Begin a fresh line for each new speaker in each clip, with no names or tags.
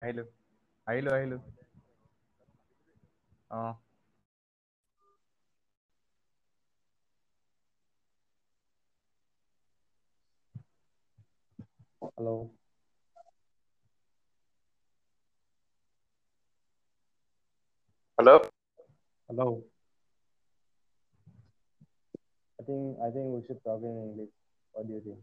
Hello, hello, hello. Uh,
Hello.
Hello.
Hello. I think I think we should talk in English. What do you think?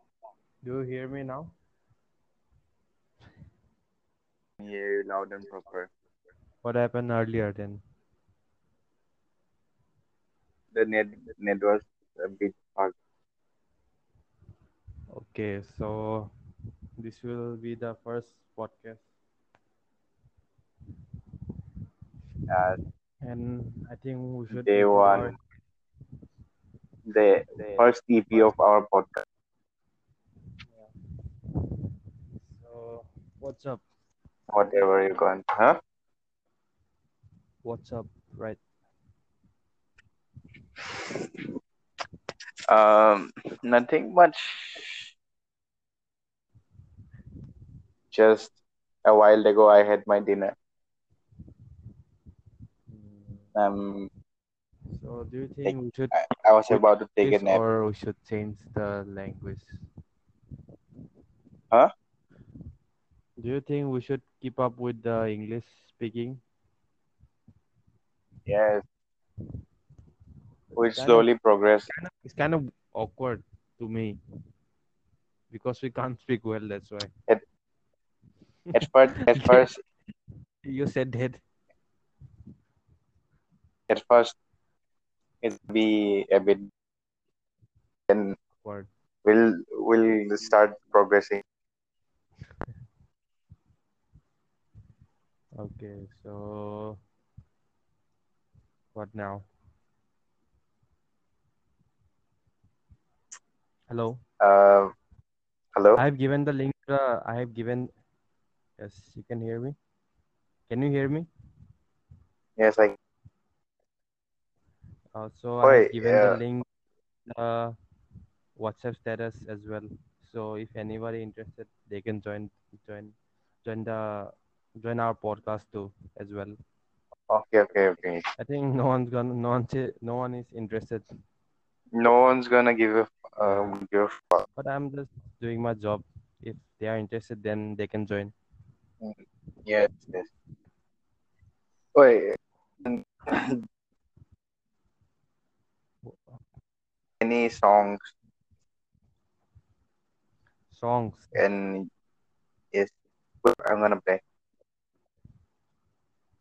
Do you hear me now?
yeah, loud and proper.
What happened earlier then?
The net net was a bit hard.
Okay, so this will be the first podcast,
Uh,
and I think we should
Day
improve
one.
our-
the first EP of our podcast.
So what's up?
Whatever you can, huh?
What's up? Right.
Um, nothing much. Just a while ago, I had my dinner.
Mm,
Um,
So do you think we should
I was about to take
this
a nap.
or we should change the language?
Huh?
Do you think we should keep up with the English speaking?
Yes, we
Kind of-
slowly progress.
it's kind of awkward to me because we can't speak well. That's why
At first, at first,
you said that.
at first, it be a bit. Then
Awkward.
we'll we'll start progressing.
Okay, so what now? Hello.
Uh, hello.
I have given the link. Uh, I have given. Yes, you can hear me. Can you hear me?
Yes, I.
Uh, so I have
Oi,
given
yeah.
the link. Uh, WhatsApp status as well. So if anybody interested, they can join join join the join our podcast too as well.
Okay, okay, okay.
I think no one's gonna no one no one is interested.
No one's gonna give a um, give. a-
But I'm just doing my job. If they are interested, then they can join.
Yes, yes. Wait, any songs
Songs.
and yes, I'm gonna play.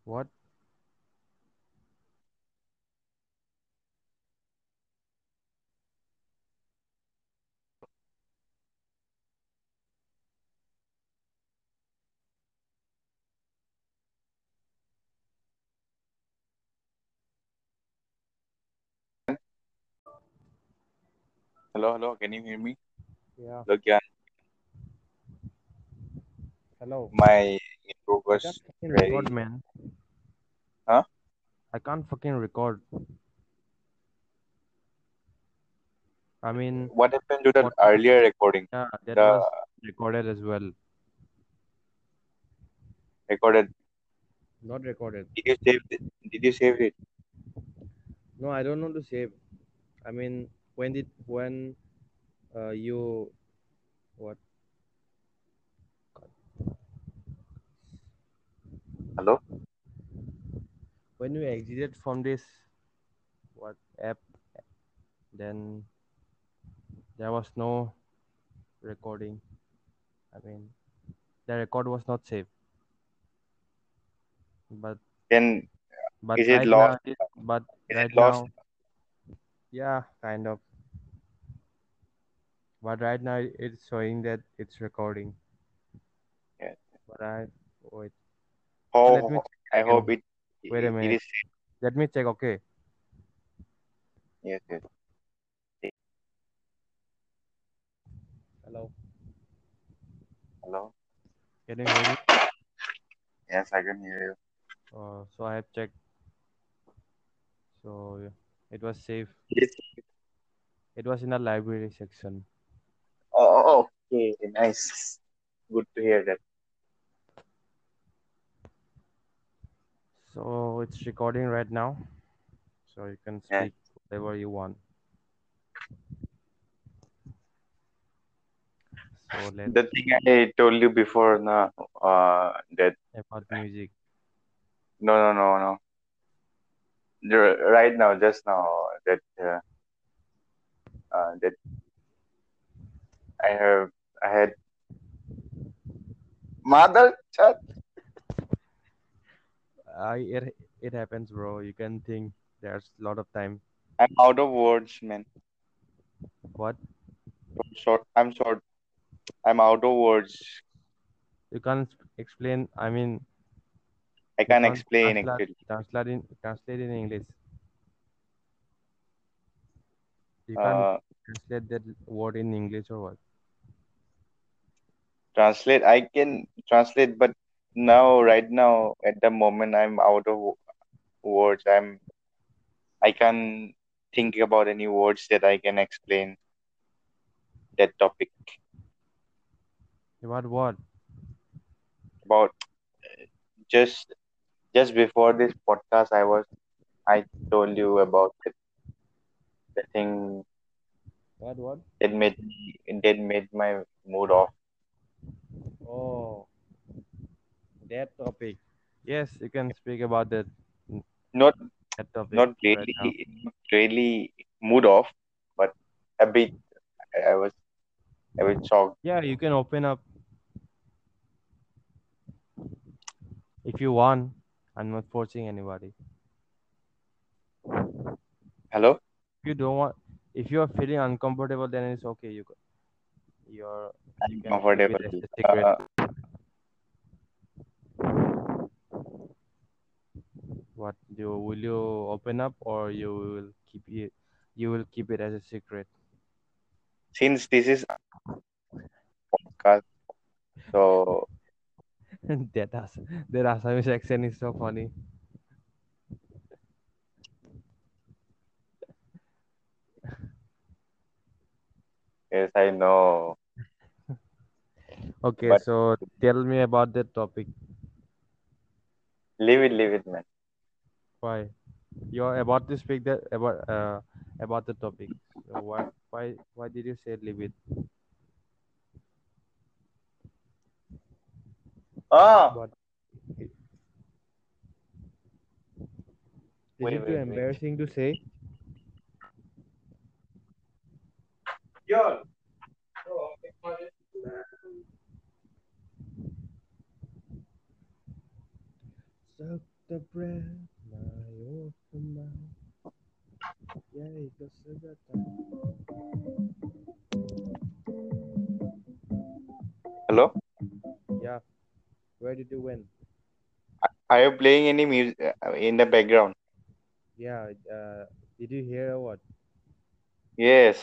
What?
Hello, hello. Can you hear me?
Yeah.
Look, yeah,
Hello.
my network
I
was
can't fucking
very-
record, man.
Huh?
I can't fucking record. I mean,
What happened to the earlier recording?
yeah, that
The
was recorded as well.
recorded.
Not recorded.
Did you save it? Did you save it?
No, I don't know to save. I mean, when did when uh, you what?
Hello.
When you exited from this what app, then there was no recording. I mean, the record was not saved. But
Then
but
Is it
right
lost?
Now, but
Is it
right
lost?
now, yeah, kind of. But right now it's showing that it's recording.
Yeah.
But I wait.
Oh,
Let me
I hope it.
Wait a
it- It
minute.
is,
let me check. Okay.
yes, yes.
Hello.
Hello.
Can you hear me?
Yes, I can hear you.
Uh, so I have checked. So yeah, it was safe.
It is.
It was in the library section.
Oh, okay. Nice. Good to hear that.
So it's recording right now. So you can
Yeah.
speak whatever you want. So let's
The thing I told you before, na, uh, that
about music.
no, no, no, no. The- Right now, just now, that uh, uh, that I have, I had mother chat.
I it, it happens, bro. You can think there's a lot of time.
I'm out of words, man.
What
I'm short. I'm short. I'm out of words.
you can't explain. I mean,
I can't
can't
explain
translate-
actually.
translate in translate in English. You can't
Uh,
translate that word in English or what?
translate. I can translate, but now, right now, at the moment, I'm out of wo- words. I'm. I can't think about any words that I can explain that topic
About what?
about. Just, just before this podcast, I was. I told you about the, the thing
What what?
that made me, that made my mood off.
Oh, that topic. Yes, you can speak about that.
Not
That topic.
not
right
really
now.
not really mood off, but a bit. I, I was I was shocked.
Yeah, you can open up if you want. I'm not forcing anybody.
Hello.
If you don't want, if you are feeling uncomfortable, then it's okay. You, go- you're you can keep it
Comfortable.
as a secret.
Uh,
what you will you open up or you will keep it? You will keep it as a secret.
since this is podcast, so
that As- that Assamese accent is so funny.
yes, I know.
Okay,
But-
so tell me about that topic.
Leave it, leave it, man.
Why you're about to speak that about uh about the topic? So why why why did you say leave it?
Ah,
But is
Wait,
it
wait,
too
wait.
embarrassing to say? Suck the breath, my open mouth. Yeah, it goes to the top.
hello.
Yeah. Where did you win?
Are you playing any music in the background?
Yeah. Uh, did you hear or what?
Yes.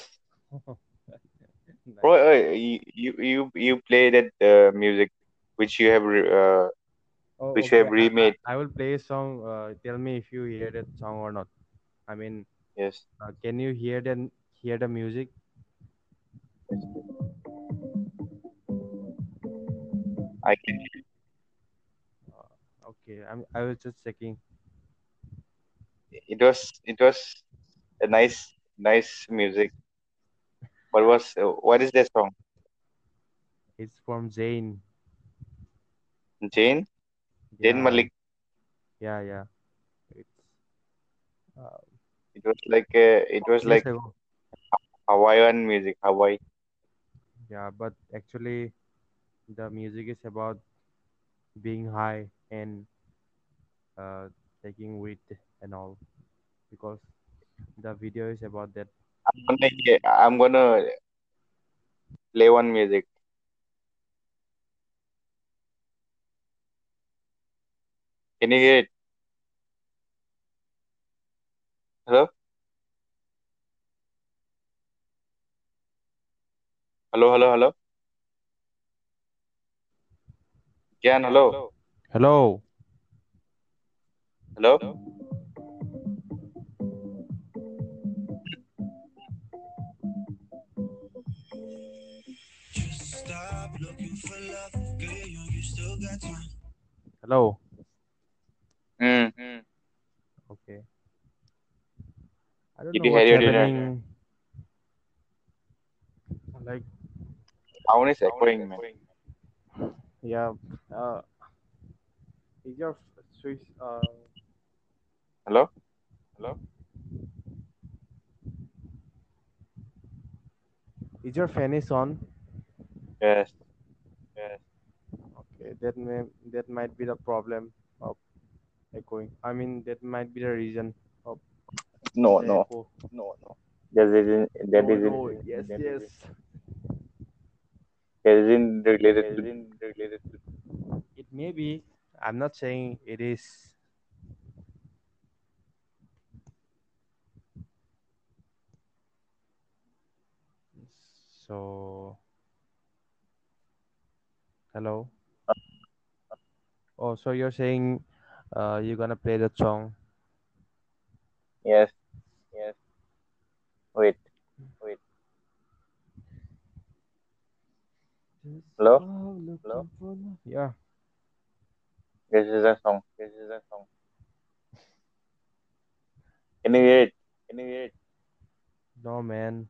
Nice.
Bro, uh, you you you- you play that uh, music which you have re- uh,
Oh,
which you
okay.
have remade.
I, I will play a song. Uh, tell me if you hear that song or not. I mean,
Yes.
uh, can you hear the hear the music?
I can.
Okay, I'm, I was just checking.
It was it was a nice nice music. What was uh, what is that song?
It's from Zayn.
Jane Jane
Yeah,
Malik.
Yeah, yeah. It's uh,
It was like a, it was
years
like
ago.
Hawaiian music. Hawaii.
Yeah, but actually, the music is about being high and uh, taking weed and all, because the video is about that.
I'm gonna, I'm gonna play one music. Can you hear it? Hello? Hello, hello, hello. Gyan, hello.
Hello.
Hello?
Stop looking for love, girl. You still got time.
Hello.
Mm.
Okay. I don't
Did
know
you
what's
hear it?
happening. Like
Sound is echoing, man.
yeah. Uh, is your switch? Uh,
Hello?
is your fan is on?
Yes.
Okay, that may that might be the problem of echoing. I mean, that might be the reason.
No,
the
no,
echo.
no, no. That isn't, that
Oh,
isn't,
no. Yes,
that
yes.
isn't- that isn't related to
It may be. I'm not saying it is. So, hello. Oh, so you're saying uh, you're gonna play that song?
Yes. Yes. Wait. Hello? Hello?
Yeah.
This is a song. This is a song. Can you hear it? Can you hear it?
No, man.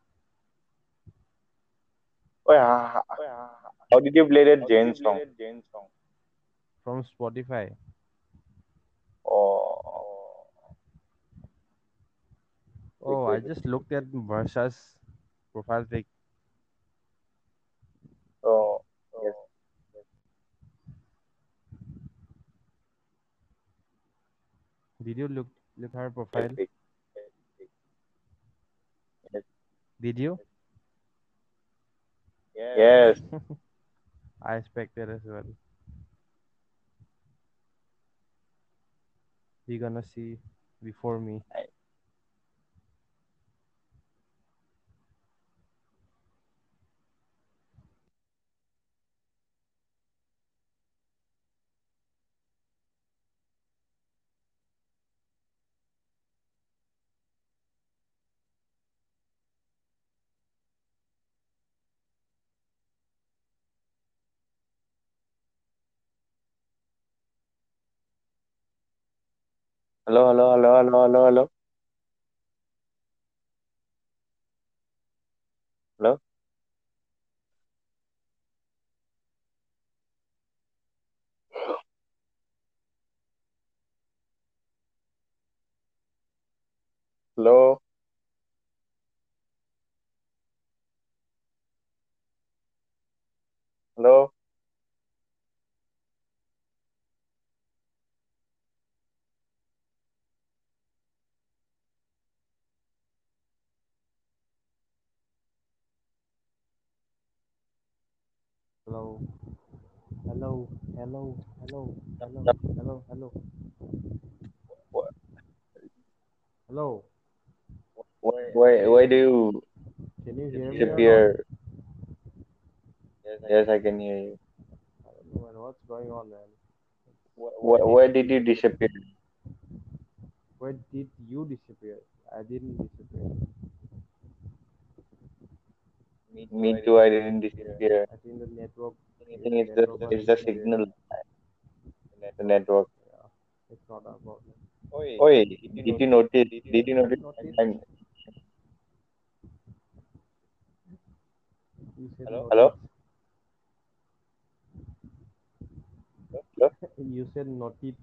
Oh, yeah. How did you play that Jane song?
From Spotify.
Oh.
Oh, I just looked at Varsha's profile pic.
Oh. Yes.
Did you look look her profile?
yes.
Did you?
Yes.
I expected as well. You're gonna see before me.
Hello, hello, hello, hello, hello, hello. Hello? Hello? Hello?
Hello. Hello. Hello. Hello. Hello. Hello. Hello.
What?
Hello.
Why, why, why do you
Can you hear me? or not?
disappear? Yes, I can hear you.
I don't know, man. What's going on, man?
Why, why did you disappear?
Where did you disappear? I didn't disappear.
Me too, I didn't disappear.
I think the network.
I think it's the,
network was
it's the
disappeared.
signal, the network.
It's not our problem.
Oi, did you notice? Did you notice? I'm,
You said
Hello?
no.
Hello? Hello?
You said not it.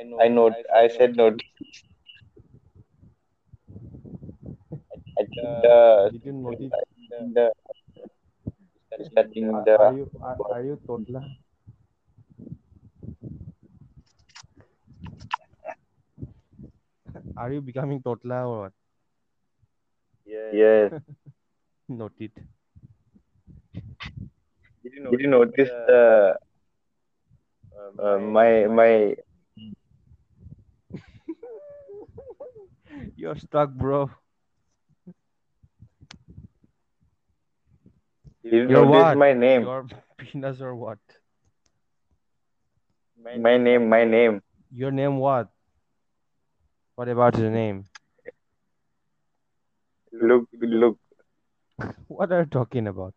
I know. I said notice. I think the
Did you notice?
the starting
Are
the
you are, are you totla? Are you becoming totla or what?
yes.
Noted.
Did you
Did you notice the
uh,
uh, my my
You're stuck, bro.
did you
Your
notice
what?
my name?
Your penis or what?
My name, my name.
Your name what? What about your name?
Look look
What are you talking about?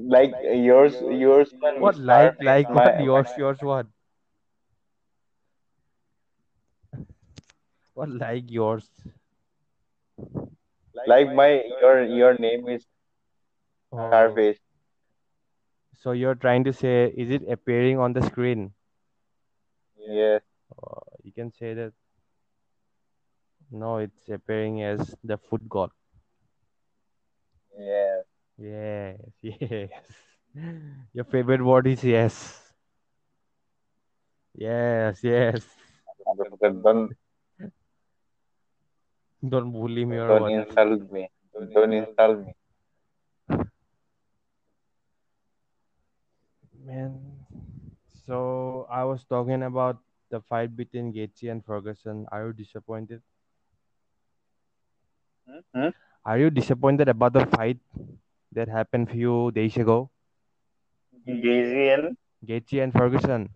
like yours yours one
What
is
like
perfect.
like
My-
what yours yours what? What like yours?
like my your your name is
Oh,
Harvesh.
so you're trying to say is it appearing on the screen?
Yes.
Uh, you can say that. No, it's appearing as the food god.
Yeah.
Yes, yes. Your favorite word is yes. Yes, yes.
Motherfucker, Don't
Don't bully me or
don't
what.
insult me. Don't insult me.
Man, so I was talking about the fight between Gaethje and Ferguson. Are you disappointed?
Hmm?
Are you disappointed about the fight that happened few days ago?
Gazy and
Gaethje and Ferguson.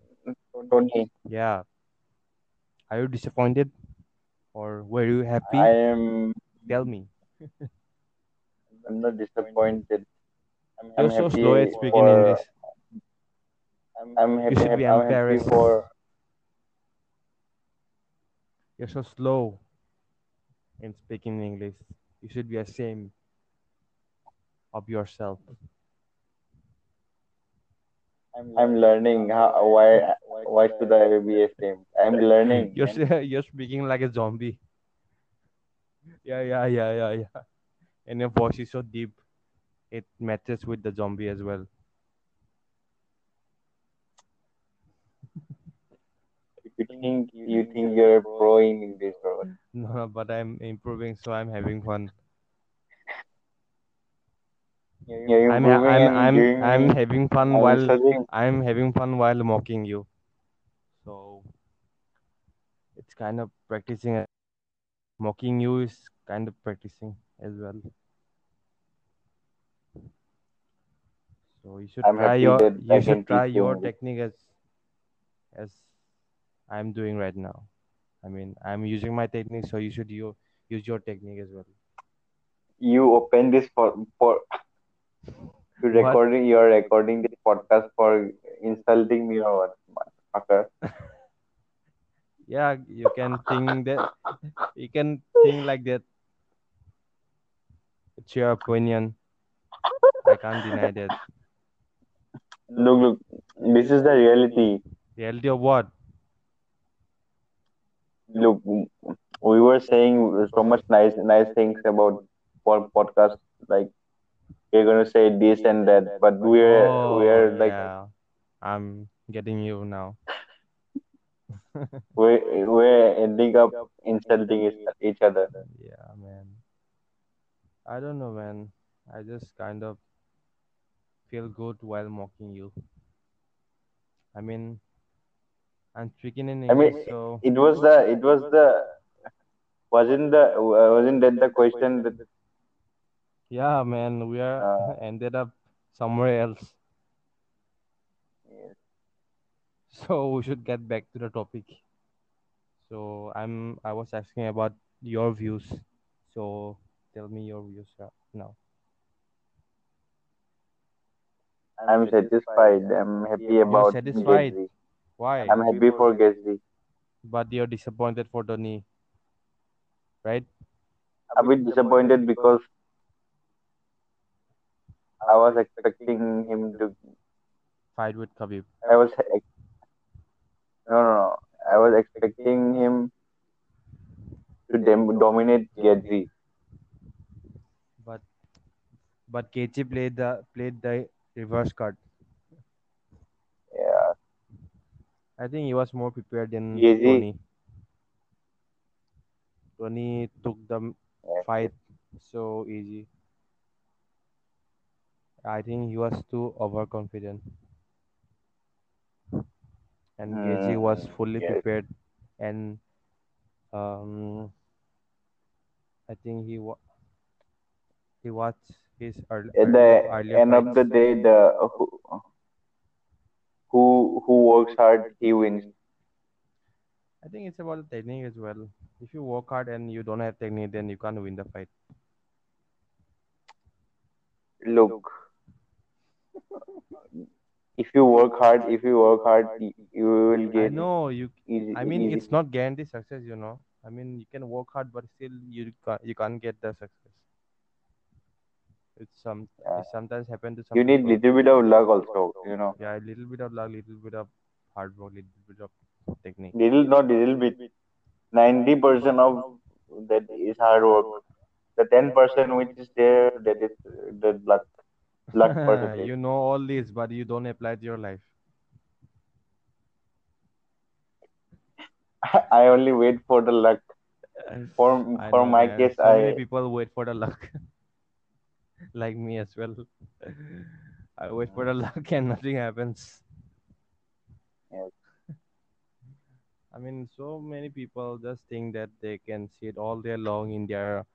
Tony.
Yeah. Are you disappointed? Or were you happy?
I am
Tell me.
I'm not disappointed. I'm,
You're
I'm
so
happy
slow at speaking
for,
English.
I'm happy, I'm
should be
happy
embarrassed.
for
You're so slow in speaking English. You should be ashamed of yourself.
I'm learning how, why why should I be ashamed? I'm learning.
You're s- you're speaking like a zombie. Yeah, yeah, yeah, yeah, yeah. And your voice is so deep, it matches with the zombie as well.
If you think you think you're a pro in English, bro.
No, but I'm improving, so I'm having fun.
You're
I'm
improving
I'm
and
I'm
giving
I'm
me
having fun while
answering.
I'm having fun while mocking you. So it's kind of practicing. uh, Mocking you is kind of practicing as well. So you should
I'm
try
happy
your
that I can
you should try
teach you
your
English.
technique as as I'm doing right now. I mean I'm using my technique, so you should you, use your technique as well.
You open this for for you
What?
recording. You're recording this podcast for insulting me or what, motherfucker?
Yeah, you can think that you can think like that. It's your opinion. I can't deny that.
Look, look. This is the reality.
Reality of what?
look we were saying so much nice nice things about our podcast like we're gonna say this and that but we're
Oh,
we're like
yeah. I'm getting you now.
we're, we're ending up insulting each- each other
Yeah, man. I don't know, man. I just kind of feel good while mocking you. I mean, I'm speaking in
I mean,
English, so
it was the it was the wasn't the wasn't that the question that
yeah, man. We are
Uh,
ended up somewhere else. so we should get back to the topic so i'm i was asking about your views so tell me your views ra- now
i'm satisfied i'm happy about
satisfied.
Gatsby.
why
i'm happy for Gatsby.
but you're disappointed for Tony, right
a bit disappointed because I was expecting him to.
fight with khabib
I was ex- no, no, no. I was expecting him to dem- dominate Gatsby.
but but KG played the played the reverse card
Yeah,
i think he was more prepared than
Gaethje.
Tony. Dhoni took the fight so easy. I think he was too overconfident. And KG was
Mm,
fully
yes.
prepared. And um, I think he wa- he watched his early,
At the
earlier
end of
fights.
the day, the who who, who works hard, he wins.
I think it's about the technique as well. If you work hard and you don't have technique, then you can't win the fight.
Look, if you work hard, if you work hard, y- you will
I
get
know you.
easy.
I mean,
easy.
it's not guaranteed success. You know. I mean, you can work hard, but still you can't. You can't get the success. It's some.
Yeah.
It sometimes happen to some.
you need
people.
little bit of luck also, you know.
Yeah, a little bit of luck, little bit of hard work, little bit of technique.
Little, not little bit. Ninety percent of that is hard work. The ten percent which is there, that is uh, the luck, luck percentage.
you know all this, but you don't apply to your life.
I only wait for the luck. Uh, For
I
for
know,
my
man.
case,
so many
I
people wait for the luck, like me as well. I wait for
Mm.
the luck and nothing happens.
Yes.
I mean, so many people just think that they can sit all day long in their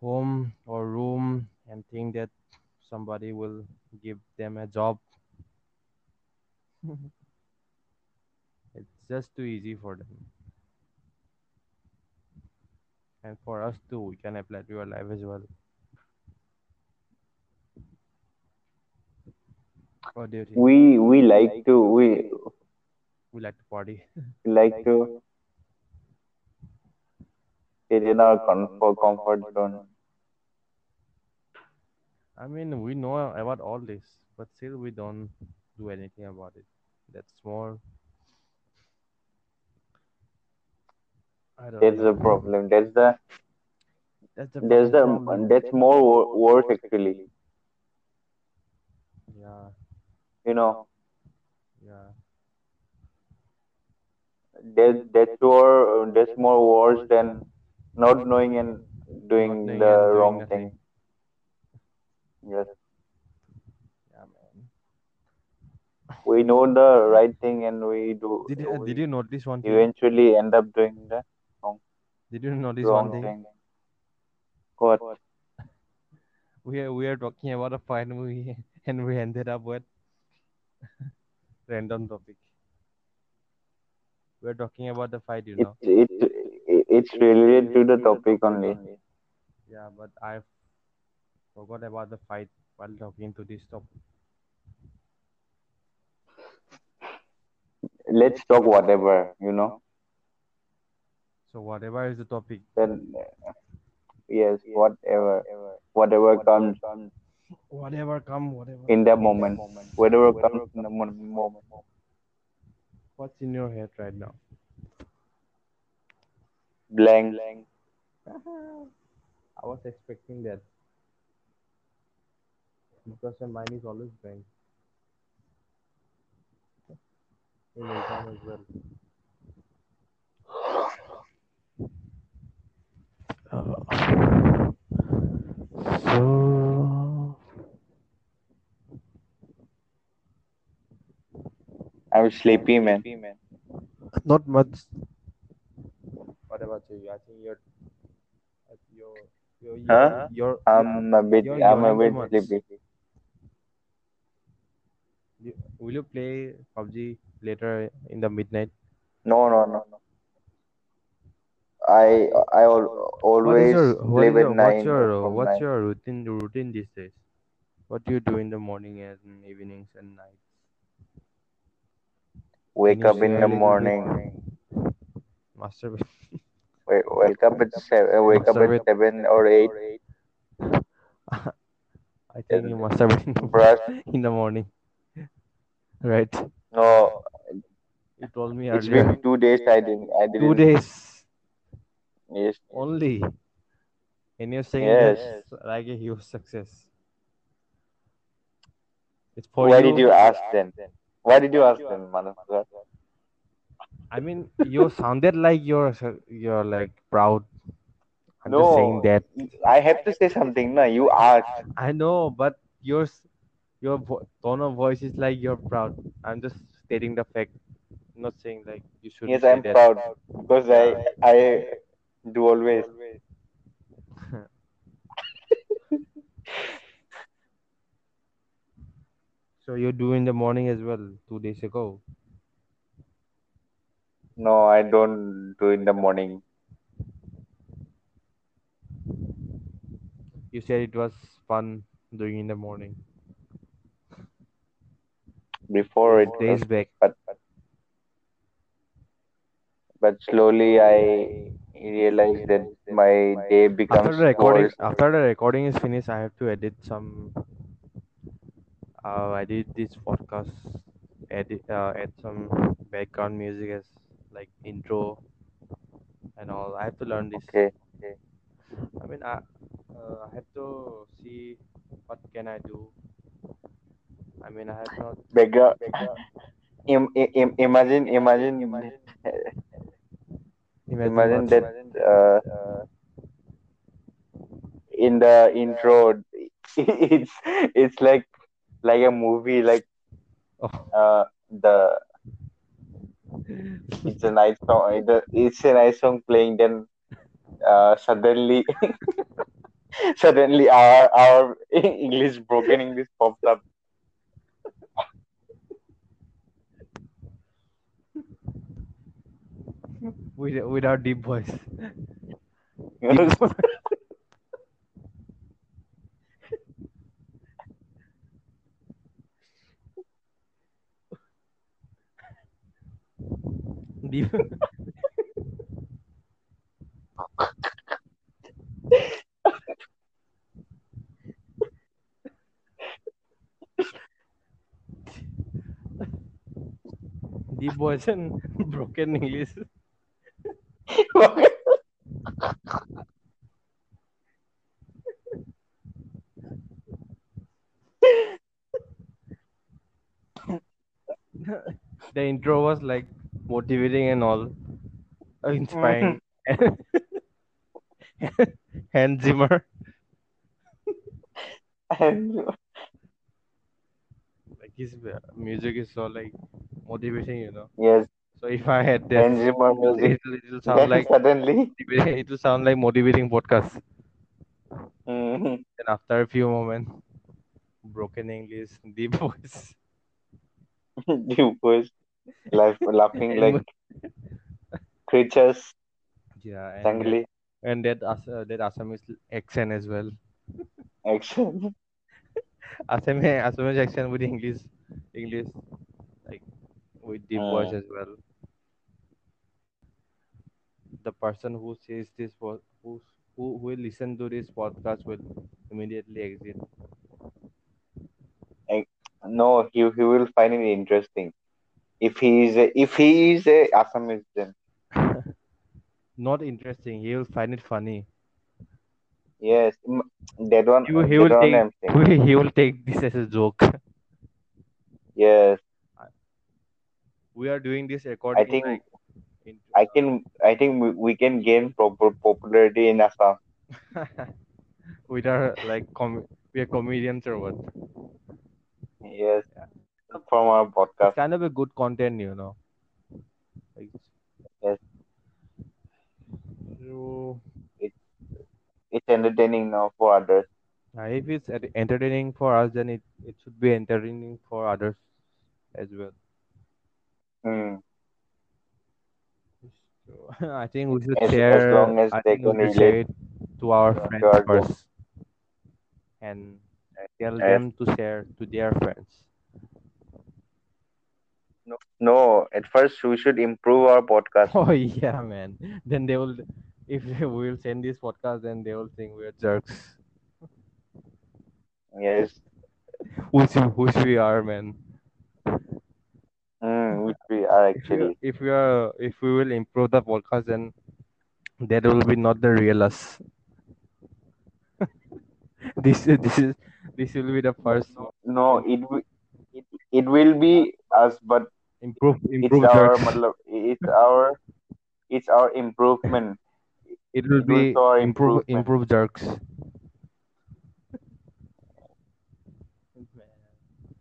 home or room and think that somebody will give them a job. it's just too easy for them. And for us too, we can apply to our life as well. What do you think?
we we like to we
We like to party.
like to sit in our comfort comfort zone.
I mean, we know about all this, but still we don't do anything about it. That's more. I don't
That's
know.
the problem. That's the
that's the
that's the
problem.
that's more wor- worse actually.
Yeah,
You know
yeah.
that that's more that's more worse than not knowing and doing
knowing
the
and doing
wrong
nothing.
thing. Yes,
Yeah, man.
we know the right thing and we do.
Did you, did you notice one thing?
eventually end up doing the
Did you notice
wrong
one
thing.
thing?
What?
We are, we are talking about a fight movie and we ended up with random topic. We're talking about the fight, you
It,
know.
it, it, it's related to the topic only.
Yeah, but I forgot about the fight while talking to this topic.
Let's talk whatever, you know.
So whatever is the topic,
Then, uh, yes, whatever, whatever comes
whatever come, whatever.
in the moment, whatever comes in the mo- moment.
What's in your head right now?
Blank.
I was expecting that because your mind is always blank. In exam as well. Uh, So
I'm sleepy, man.
not much. What about you? I think you're, you're, you're, you're,
Huh? Um,
you're
I'm a bit,
You're
I'm a bit
yawning too much.
sleepy.
You- Will you play PUBG later in the midnight?
No, no, no, no. I, I al- always
what
sleep
is your
at nine.
what's your
from
what's
nine.
your routine routine these days? What do you do in the morning and evenings and nights?
Wake
you
up
share
in
a
the
little bit?
morning.
Masturbate.
Wait, wake up at seven, uh, wake up at
Masturbate.
seven or eight,
I think you
Yeah.
must have been
brush.
in the morning, right?
No,
You told me
it's
earlier.
been two days. I didn't. I didn't.
Two days
Yes.
only, and you're saying
Yes.
that's like a huge success. It's for
Why
you.
did you ask them? Why did you ask them, motherfucker?
I mean, you sounded like you're so- you're like proud. I'm
no,
just saying that.
I have to say something. No, you asked.
I know, but your s- your vo- tone of voice is like you're proud. I'm just stating the fact. I'm not saying like you should.
Yes, I'm proud because I I do always.
So you do in the morning as well. Two days ago.
No, I don't do in the morning.
You said it was fun doing in the morning.
Before it
Days
was,
back.
but but slowly I realized that my day becomes
After the recording,
worse.
after the recording is finished, I have to edit some. Uh, I did this podcast, edit, uh, add some background music as like intro, and all. I have to learn this.
Okay.
I mean, I, uh, I have to see what can I do. I mean, I have not.
Background. Im, im, im- imagine, imagine, imagine,
Imagine, what-
that uh, in the intro, it's it's like like a movie, like
Oh.
uh, the it's a nice song. it- It's a nice song playing. Then uh, suddenly, suddenly our our English broken English pops up.
with with our deep voice. Deep. deep voice and broken English. the intro was like motivating and all, uh, inspiring. Hand Zimmer, like his uh, music is so like motivating, you know.
yes,
So if I had that,
Hans Zimmer music.
it will
Then
sound like
suddenly,
it will sound like motivating podcast.
Mhm.
Then after a few moments, broken English, deep voice.
you was laugh, laughing
And
like creatures,
Yeah, and
suddenly
that, and that As- uh, that Assamese accent as well.
action.
Assamese Assamese accent with English, English, like with deep voice
Mm.
as well. The person who says this was who who who will listen to this podcast will immediately exit.
No, he he will find it interesting. If he is a, if he is a Assamese, then
Not interesting. He will find it funny.
yes, mm, that one.
He, will- he
that
will
one
take
I'm saying.
he will take this as a joke.
Yes,
We are doing this recording.
I think
like, in,
I can. I think we, we can gain proper popularity in Assam.
with our like com- we are comedians or what?
Yes, from our podcast.
It's kind of a good content, you know. Like,
Yes.
So,
It's entertaining now for others.
uh, if it's ent- entertaining for us, then it, it should be entertaining for others as well.
Hmm.
So, I think we should
As- as
share.
long as
I
they
think we
can
should share
relate
it to our
to
friends
our group.
first, and tell
Yes.
them to share to their friends.
No, at first we should improve our podcast.
Oh yeah, man. Then they will, if they will send this podcast, then they will think we're jerks,
Yes.
which which we are, man.
Mm, which we are
If we,
actually.
are- if we are, if we will improve the podcast, then that will be not the real us. this is- this is this will be the first. one.
No, it, wi- it it will be us, but
improve
It's
improve
our,
your
matlab, it's our, it's our improvement.
it will
it will
be
show
improve
improvement.
improve jerks.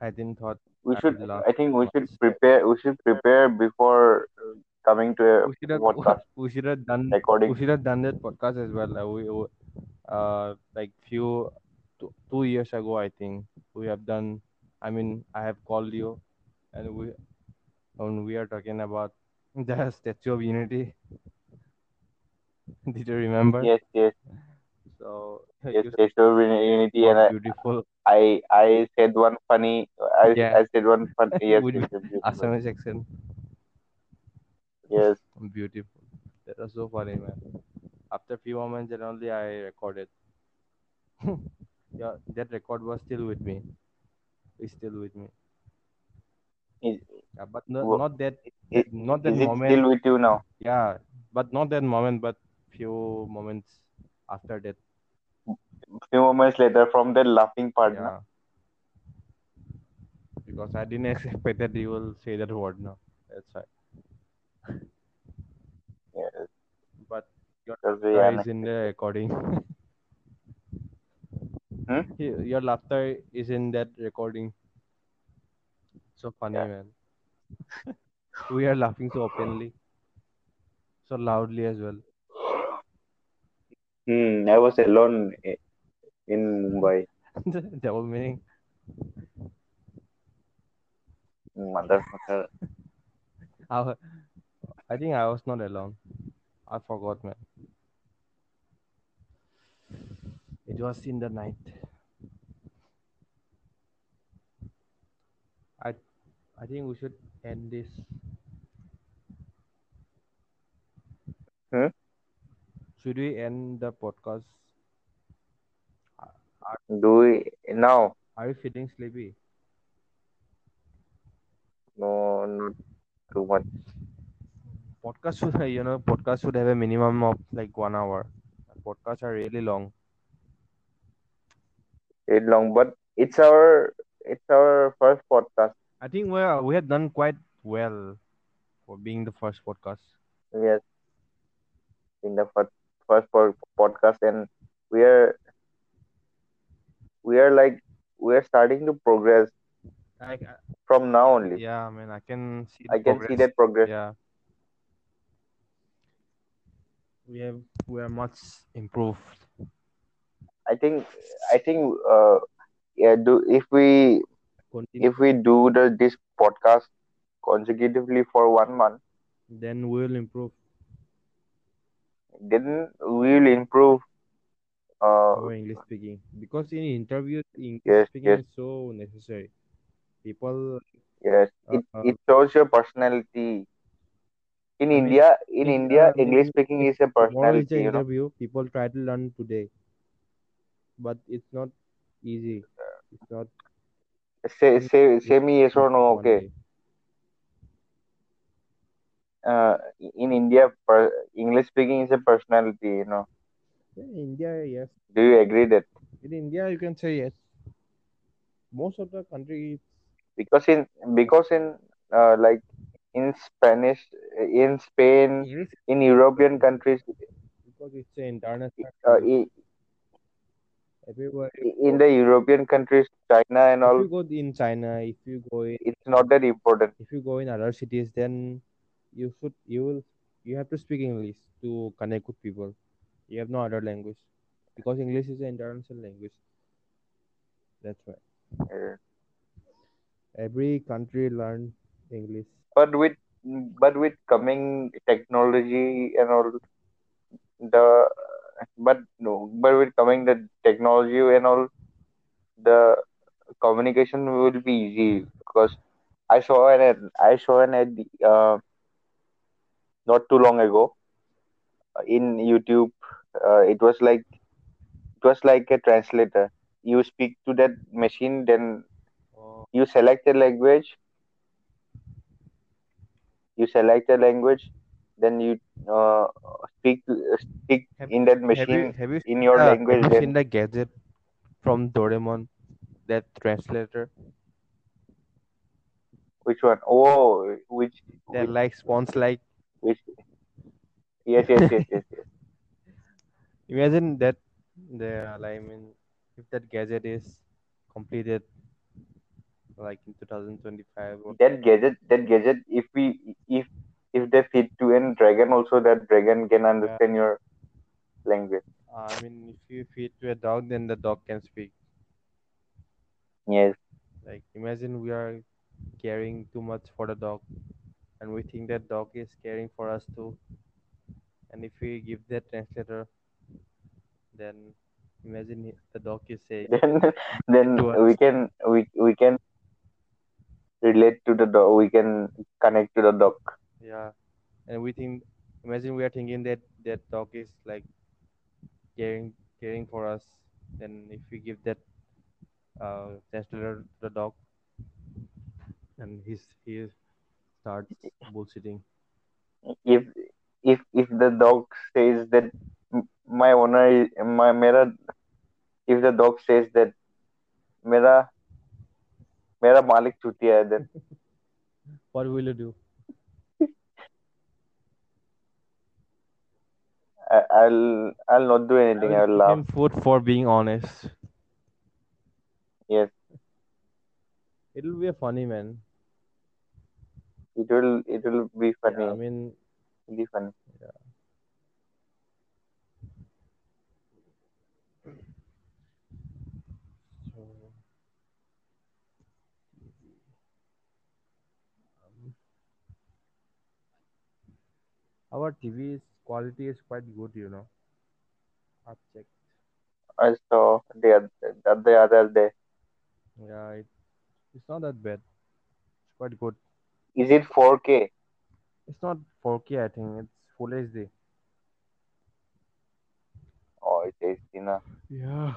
I didn't thought
We
I
should,
love
I think we should prepare. We should prepare before uh, coming to a
we should have
podcast
we should have done
recording.
we should have done that podcast as well. Like we, we- uh, like few two, two years ago, I think we have done. I mean, I have called you, and we and we are talking about the Statue of Unity. Did you remember?
Yes, yes,
So
yes.
you
yes. So we- unity, and
said
I,
beautiful
I, I said one funny. I,
Yeah.
I said one funny. Yes,
Would-
yes, yes, yes,
Assamese accent.
yes.
Beautiful. That was so funny, man. After few moments, then only I recorded. yeah, that record was still with me. It's still with me.
Is-
yeah, but no,
Wo-
not that,
is-
that- not that
Is it
moment.
still with you now?
Yeah, but not that moment, but few moments after that.
Few moments later, from the laughing part. no?
Yeah. Because I didn't expect that you will say that word now. That's right.
Yes,
But
because we
laughter
are-
is in the recording.
Hmm?
Y- Your laughter is in that recording. So funny,
Yeah.
man. we are laughing so openly, so loudly as well.
Hmm, I was alone i- in Mumbai.
Double meaning.
Motherfucker.
I, wa- I think I was not alone. I forgot, man. It was in the night. I, I think we should end this.
Hmm?
Should we end the podcast?
Do we now?
Are you feeling sleepy?
No, not too much.
Podcast should, you know, podcast should have a minimum of like one hour. Podcasts are really long.
It long, but it's our it's our first podcast.
I think we are, we have done quite well for being the first podcast.
Yes, in the first first po- podcast, and we are we are like we are starting to progress
Like, uh,
from now only.
yeah, man, I can see.
I can see that progress.
Yeah, we have we are much improved.
I think I think uh yeah. Do if we
Continue,
if we do the this podcast consecutively for one month,
then we'll improve.
then we'll improve. Uh,
our English speaking because in interviews, English
Yes,
speaking
yes.
is so necessary. People,
yes, it,
Uh,
it shows your personality. In
mean,
India, in
in-
India,
uh,
English
in-
speaking is a
tomorrow
personality.
is the
You know,
interview. People try to learn today, but it's not easy. It's not
say say say me yes or no.
one
Okay.
day.
Uh, in India, per, English speaking is a personality. You know,
In India, yes.
do you agree that?
In India, you can say yes. Most of the countries,
Because in because in uh, like in Spanish, in Spain,
English
in European countries,
because it's an international.
uh,
language.
i-
everywhere,
in the European countries, China and
if you
all,
go in China, if you go in,
it's not that important.
if you go in other cities, then you should you will you have to speak English to connect with people. You have no other language because English is an international language. That's why
Uh,
every country learn English.
but with but with coming technology and all the but no but with coming the technology and all the communication will be easy because I saw an ad I saw an ad uh, not too long ago in YouTube uh, it was like it was like a translator you speak to that machine then
Oh.
you select a language you select a language then you uh, speak speak
Have-
in that
Have you
machine
have you
in your
uh, have
language
you
then
seen the gadget from Doraemon? that translator
Which one? Oh, which?
that
which,
like spawns like
which? Yes, yes, yes, yes, yes.
imagine that the like, I mean if that gadget is completed like in 2025 or
That gadget, that gadget. If we, if, if they feed to an dragon, also that dragon can understand your language.
I mean if you feed to a dog then the dog can speak
Yes.
like imagine we are caring too much for the dog and we think that dog is caring for us too and if we give that translator then imagine he- the dog is saying
Then, then
To us.
we can, we, we can relate to the dog. We can connect to the dog.
yeah and we think imagine we are thinking that that dog is like caring caring for us then if we give that uh translator to the dog and he's he starts bullshitting
if if if the dog says that "M- my owner is my mera if the dog says that mera mera malik chutia hai then
what will you do
I, i'll i'll not do anything
I
i'll
will give
laugh
him food for being honest.
Yes.
It'll be a funny man.
it will it will be funny
I mean,
It'll be funny
so, um, our TV's quality is quite good, you know. I've checked.
i saw the other the other day
Yeah, it, it's not that bad. It's quite good.
is it 4k
It's not 4K, I think. It's Full HD.
oh it is you know
Yeah.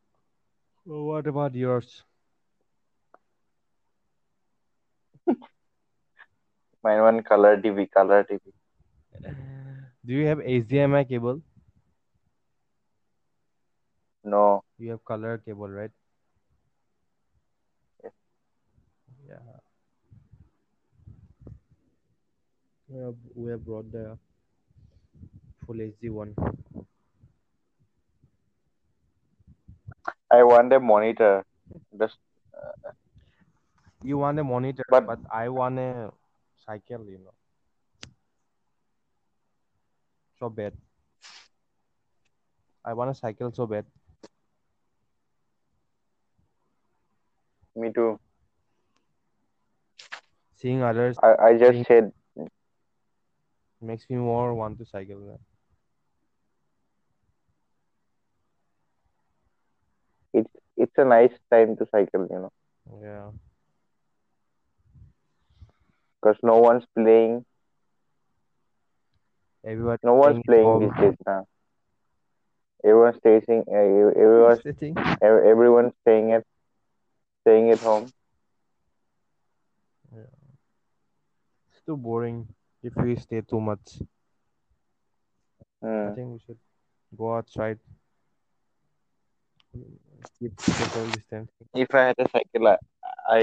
what about yours?
mine one color tv color tv
Do you have HDMI cable?
no
You have color cable, right? Yeah. We have, we have brought the full HD one.
i want a monitor just
You want a monitor, but,
But-
I want a cycle, you know. So bad. I want a cycle so bad.
me too
Seeing others
i, I
Hmm.
just said
makes me more want to cycle.
it's a nice time to cycle, you know,
Yeah.
because no one's playing,
Everybody
no one's playing these days now. Everyone's staying, uh, everyone's,
sitting.
ev- everyone's staying at, staying at home.
It's too boring if we stay too much. I
Mm.
think we should go outside. Keep social distancing.
If I had a cycle, I, I,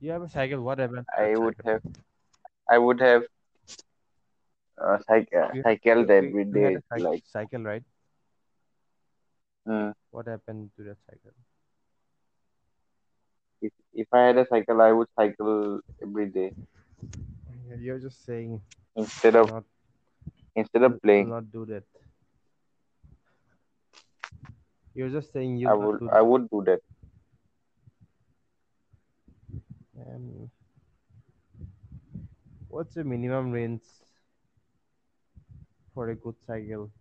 You have a cycle, what happened? to
I
that
would
cycle?
have, I would have, uh, cycle,
You-
cycled
you-
every
you had
day,
a cycle,
like,
cycle, right?
mm.
What happened to that cycle?
if if I had a cycle, I would cycle every day
You're just saying
instead of
Not-
instead of
will
playing.
not do that. You're just saying you
I
will not
would,
do
I
that.
would do that.
And what's the minimum range for a good cycle?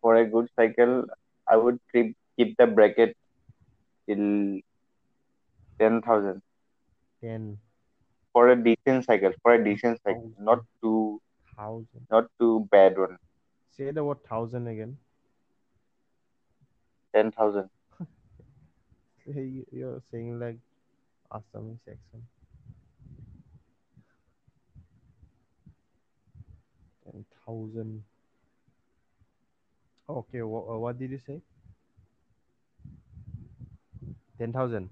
for a good cycle, I would keep, keep the bracket till 10,000
Ten
for a decent cycle, for a decent cycle, not too,
thousand.
not too bad one,
Say the word thousand again.
10,000.
Hey, You're saying like Assam section. Ten thousand. Okay, wha- uh, what did you say? Ten thousand.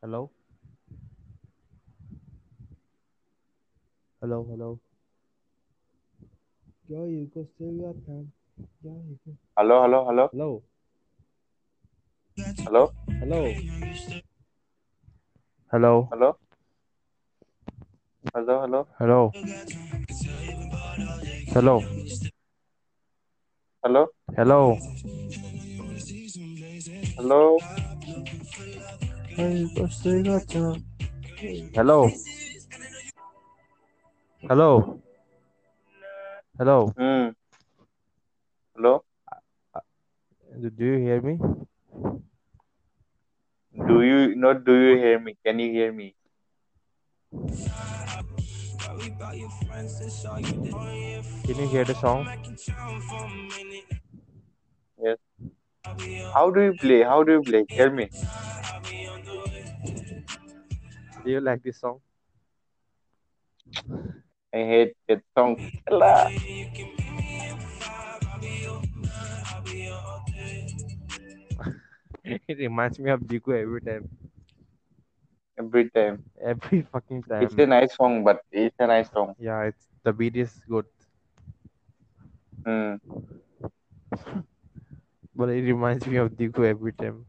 Hello. Hello. Hello. Yo, you go still got time. Yo, you go.
Hello, hello, hello,
Hello.
hello,
Hello. Hello.
hello, hello, hello,
Hello. Hello.
hello,
Hello.
hello.
Hello. Hello. Hello.
Hmm. Hello.
Do- Do you hear me?
Do you not? Do you hear me? Can you hear me?
Can you hear the song?
Yes. How do you play? How do you play? Tell me.
Do you like this song?
I hate that song. Hello.
it reminds me of Diku every time.
Every time.
Every fucking time.
It's a nice song, but it's a nice song.
yeah, it's the beat is good.
Hmm.
But it reminds me of Diku every time.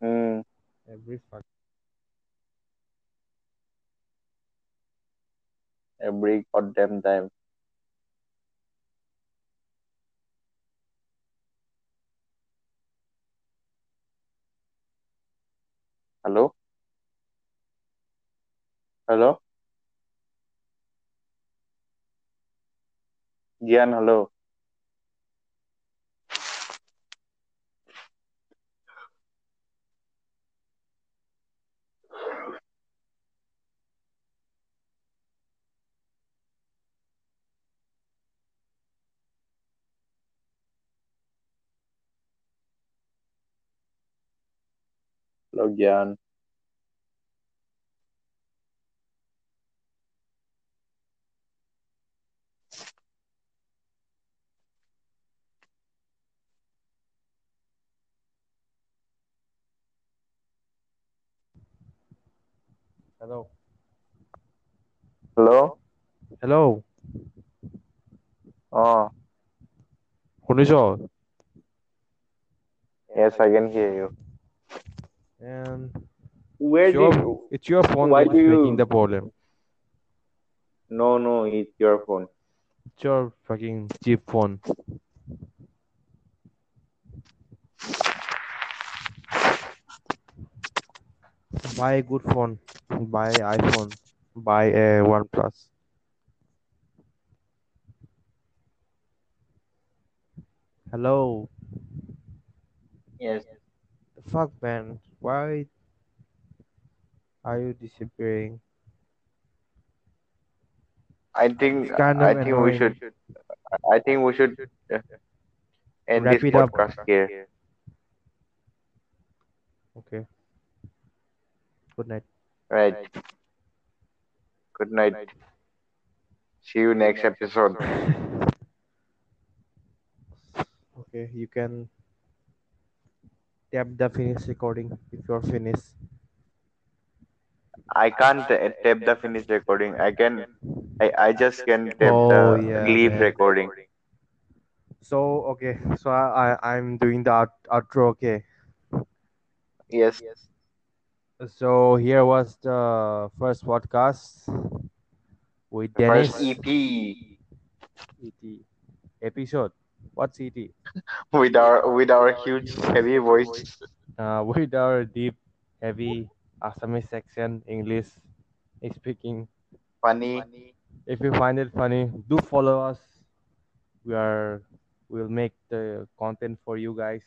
Hmm.
Every fuck.
Every goddamn time. Hello. Hello. Gian, hello. Hello, Gian.
Hello.
Hello.
Hello.
Oh,
শুনিছ
yes, I can hear you.
And
Where
it's your,
did you?
it's your phone
Why
that's
do you-
making the problem.
No, no, it's your phone.
It's your fucking cheap phone. Buy a good phone. Buy iPhone. Buy a OnePlus. Hello.
Yes.
The fuck, man? Why are you disappearing?
I think
Kind of
I think we
annoying.
should. I think we should uh, end
Wrap
this
it up.
podcast here.
Okay. Good night.
Right. Good night. See you next episode.
Okay, you can tap the finish recording if you're finished.
I can't uh, tap the finished recording. I can. I, I just can tap
Oh,
the
yeah,
leave
man.
recording.
So okay, so I, I I'm doing the out, outro. Okay,
Yes.
so here was the first podcast with Dennis.
First E EP
ET episode. What's E ET?
with our with our huge heavy voice.
Uh, with our deep, heavy Assamese accent, English speaking.
Funny.
If you find it funny, do follow us. We are we'll make the content for you guys.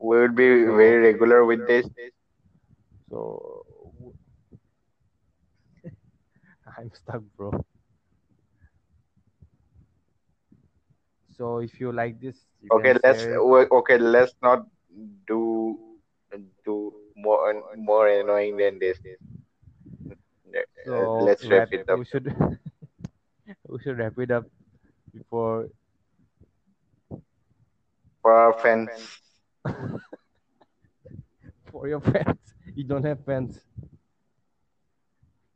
We will be very regular with this.
So w- I'm stuck, bro. So if you like this, you can
Okay, let's
share it.
we- okay, let's not do do more more annoying than this.
So
let's wrap it up.
We should we should wrap it up before
For our
fence.
for your friends. You don't have friends.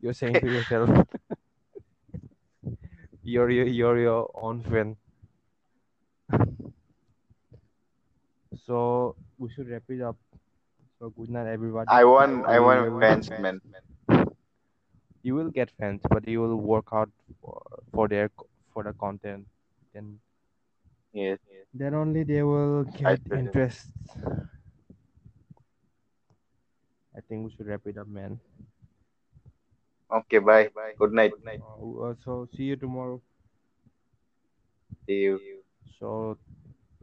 You're saying to yourself, you're, your- you're your own friend. so we should wrap it up. So good night, everybody.
I want, I
You
want
will-
fence, man.
You will get fans, but you will work out for, for their co- for the content. Then
Yes.
then only they will get
feel it.
interest. I think we should wrap it up, man.
Okay. Bye. Good night.
Uh, so see you tomorrow.
See you.
So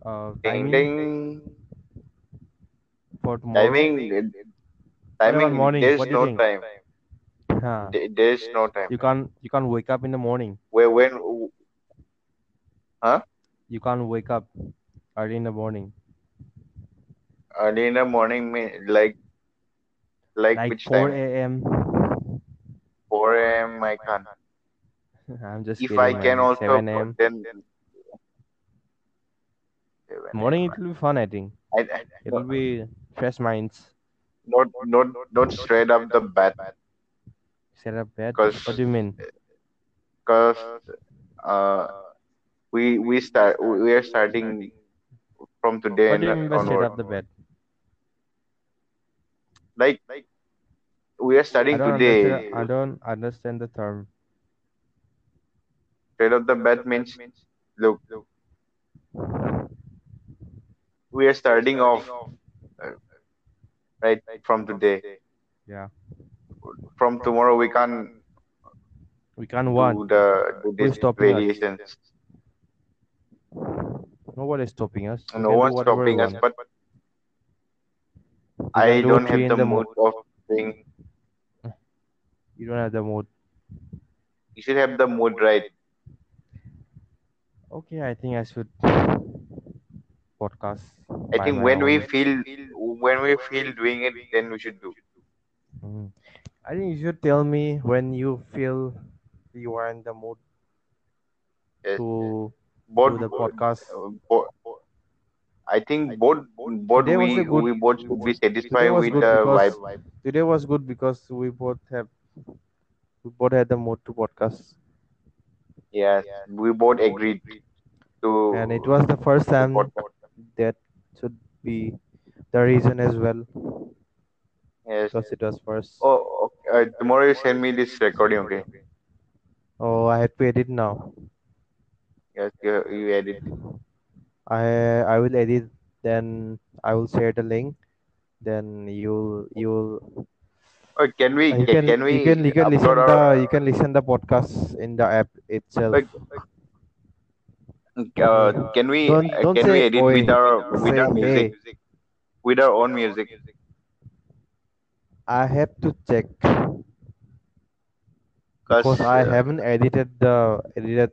uh,
Ding
timing
ding.
for tomorrow.
Timing.
Whatever
Timing.
morning,
There's
what do you
no
think?
time.
Huh.
There- There's no time.
You can't you can't wake up in the morning.
Where when?
You can't wake up early in the morning.
Early in the morning, mean- like, like,
Like
which
4
time?
a.m.
4 a.m. I can't.
I'm just
If
kidding,
I can
man.
also,
7 a.m.
then. Seven
Morning
a.m.
it will be fun, I think.
I, I,
It will be fresh minds.
not, not, not straight up the bat
Set up bed.
'Cause-
What do you mean?
because uh, we we start we are starting from today
What do you mean
and
by set up
onward.
the bed?
Like we are starting
I don't
today.
understand. I don't understand the term.
Straight up the bat means look. We are starting off uh, right from today.
Yeah.
From tomorrow we can't
We can't
do
one.
the do
Who's
this
stopping us?
variations.
Nobody's stopping us. We can
No
do
one's
whatever we
stopping us,
want.
but
You
I
do
don't
three
have
in
the
the
mood of doing.
You don't have the mood.
You should have the mood right.
Okay, I think I should podcast.
I
by
think
my
when we
own.
feel when we feel doing it, then we should do.
Mm. I think you should tell me when you feel you are in the mood
Yes.
to
Both,
do the podcast.
both- I think both both
Today was
we
a good-
we both should be
Today
satisfied
was
with
good
the
because-
vibe.
Today was good because we both have we both had the mood to podcast,
Yes, we both agreed to.
and it was the first
to
time
podcast.
that should be the reason as well
Yes.
because it was first. Oh,
Oh, okay. uh, tomorrow you send me this recording, okay?
Oh, I have to edit now.
Yes, you, you edit.
I I will edit, then I will share the link. Then you'll you'll
Oh, can we?
Uh, you can,
we?
you can you can
upload
listen
our-
the you can listen the podcast in the app itself.
Like, uh, can we?
Don't-
uh,
don't
can
say
we edit
oi.
with our with our
Say
music? With our own music.
I have to check because
Cause,
I
uh,
haven't edited the edited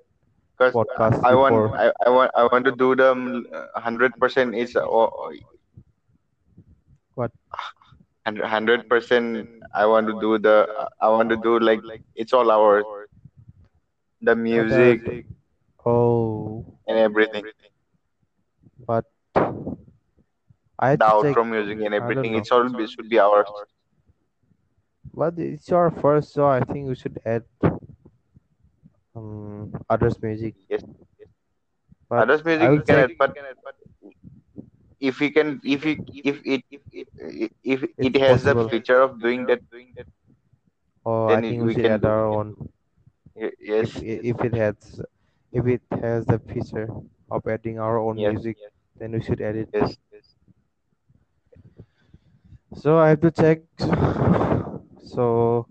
'cause
podcast
I want,
before.
I, I want, I want to do the um, hundred percent is uh, oh, or
What?
Hundred percent. I want to do the. I want to do like it's all ours. The music
oh,
and everything.
but I have
The
to check.
outro music and
I don't
everything.
know.
It's all it should be ours.
But it's your first, so I think you should add um others music.
Yes.
But
Others music
I will
you can
check-
add, but if we can, if we, if it, if if it
It's
has the
possible.
feature of doing that,
Oh, I
Then
think
we
we should
can
add
do-
our own
y-
if
yes,
i- if it has if it has the feature of adding our own
yes,
music, then we should add it.
yes,
So I have to check. So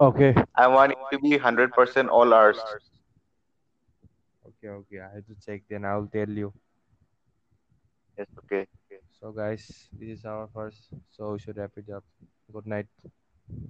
okay,
I want it to be hundred percent all ours.
okay, okay. I have to check. Then I'll tell you.
Yes, okay.
So guys, this is our first. So we should wrap it up. Good night.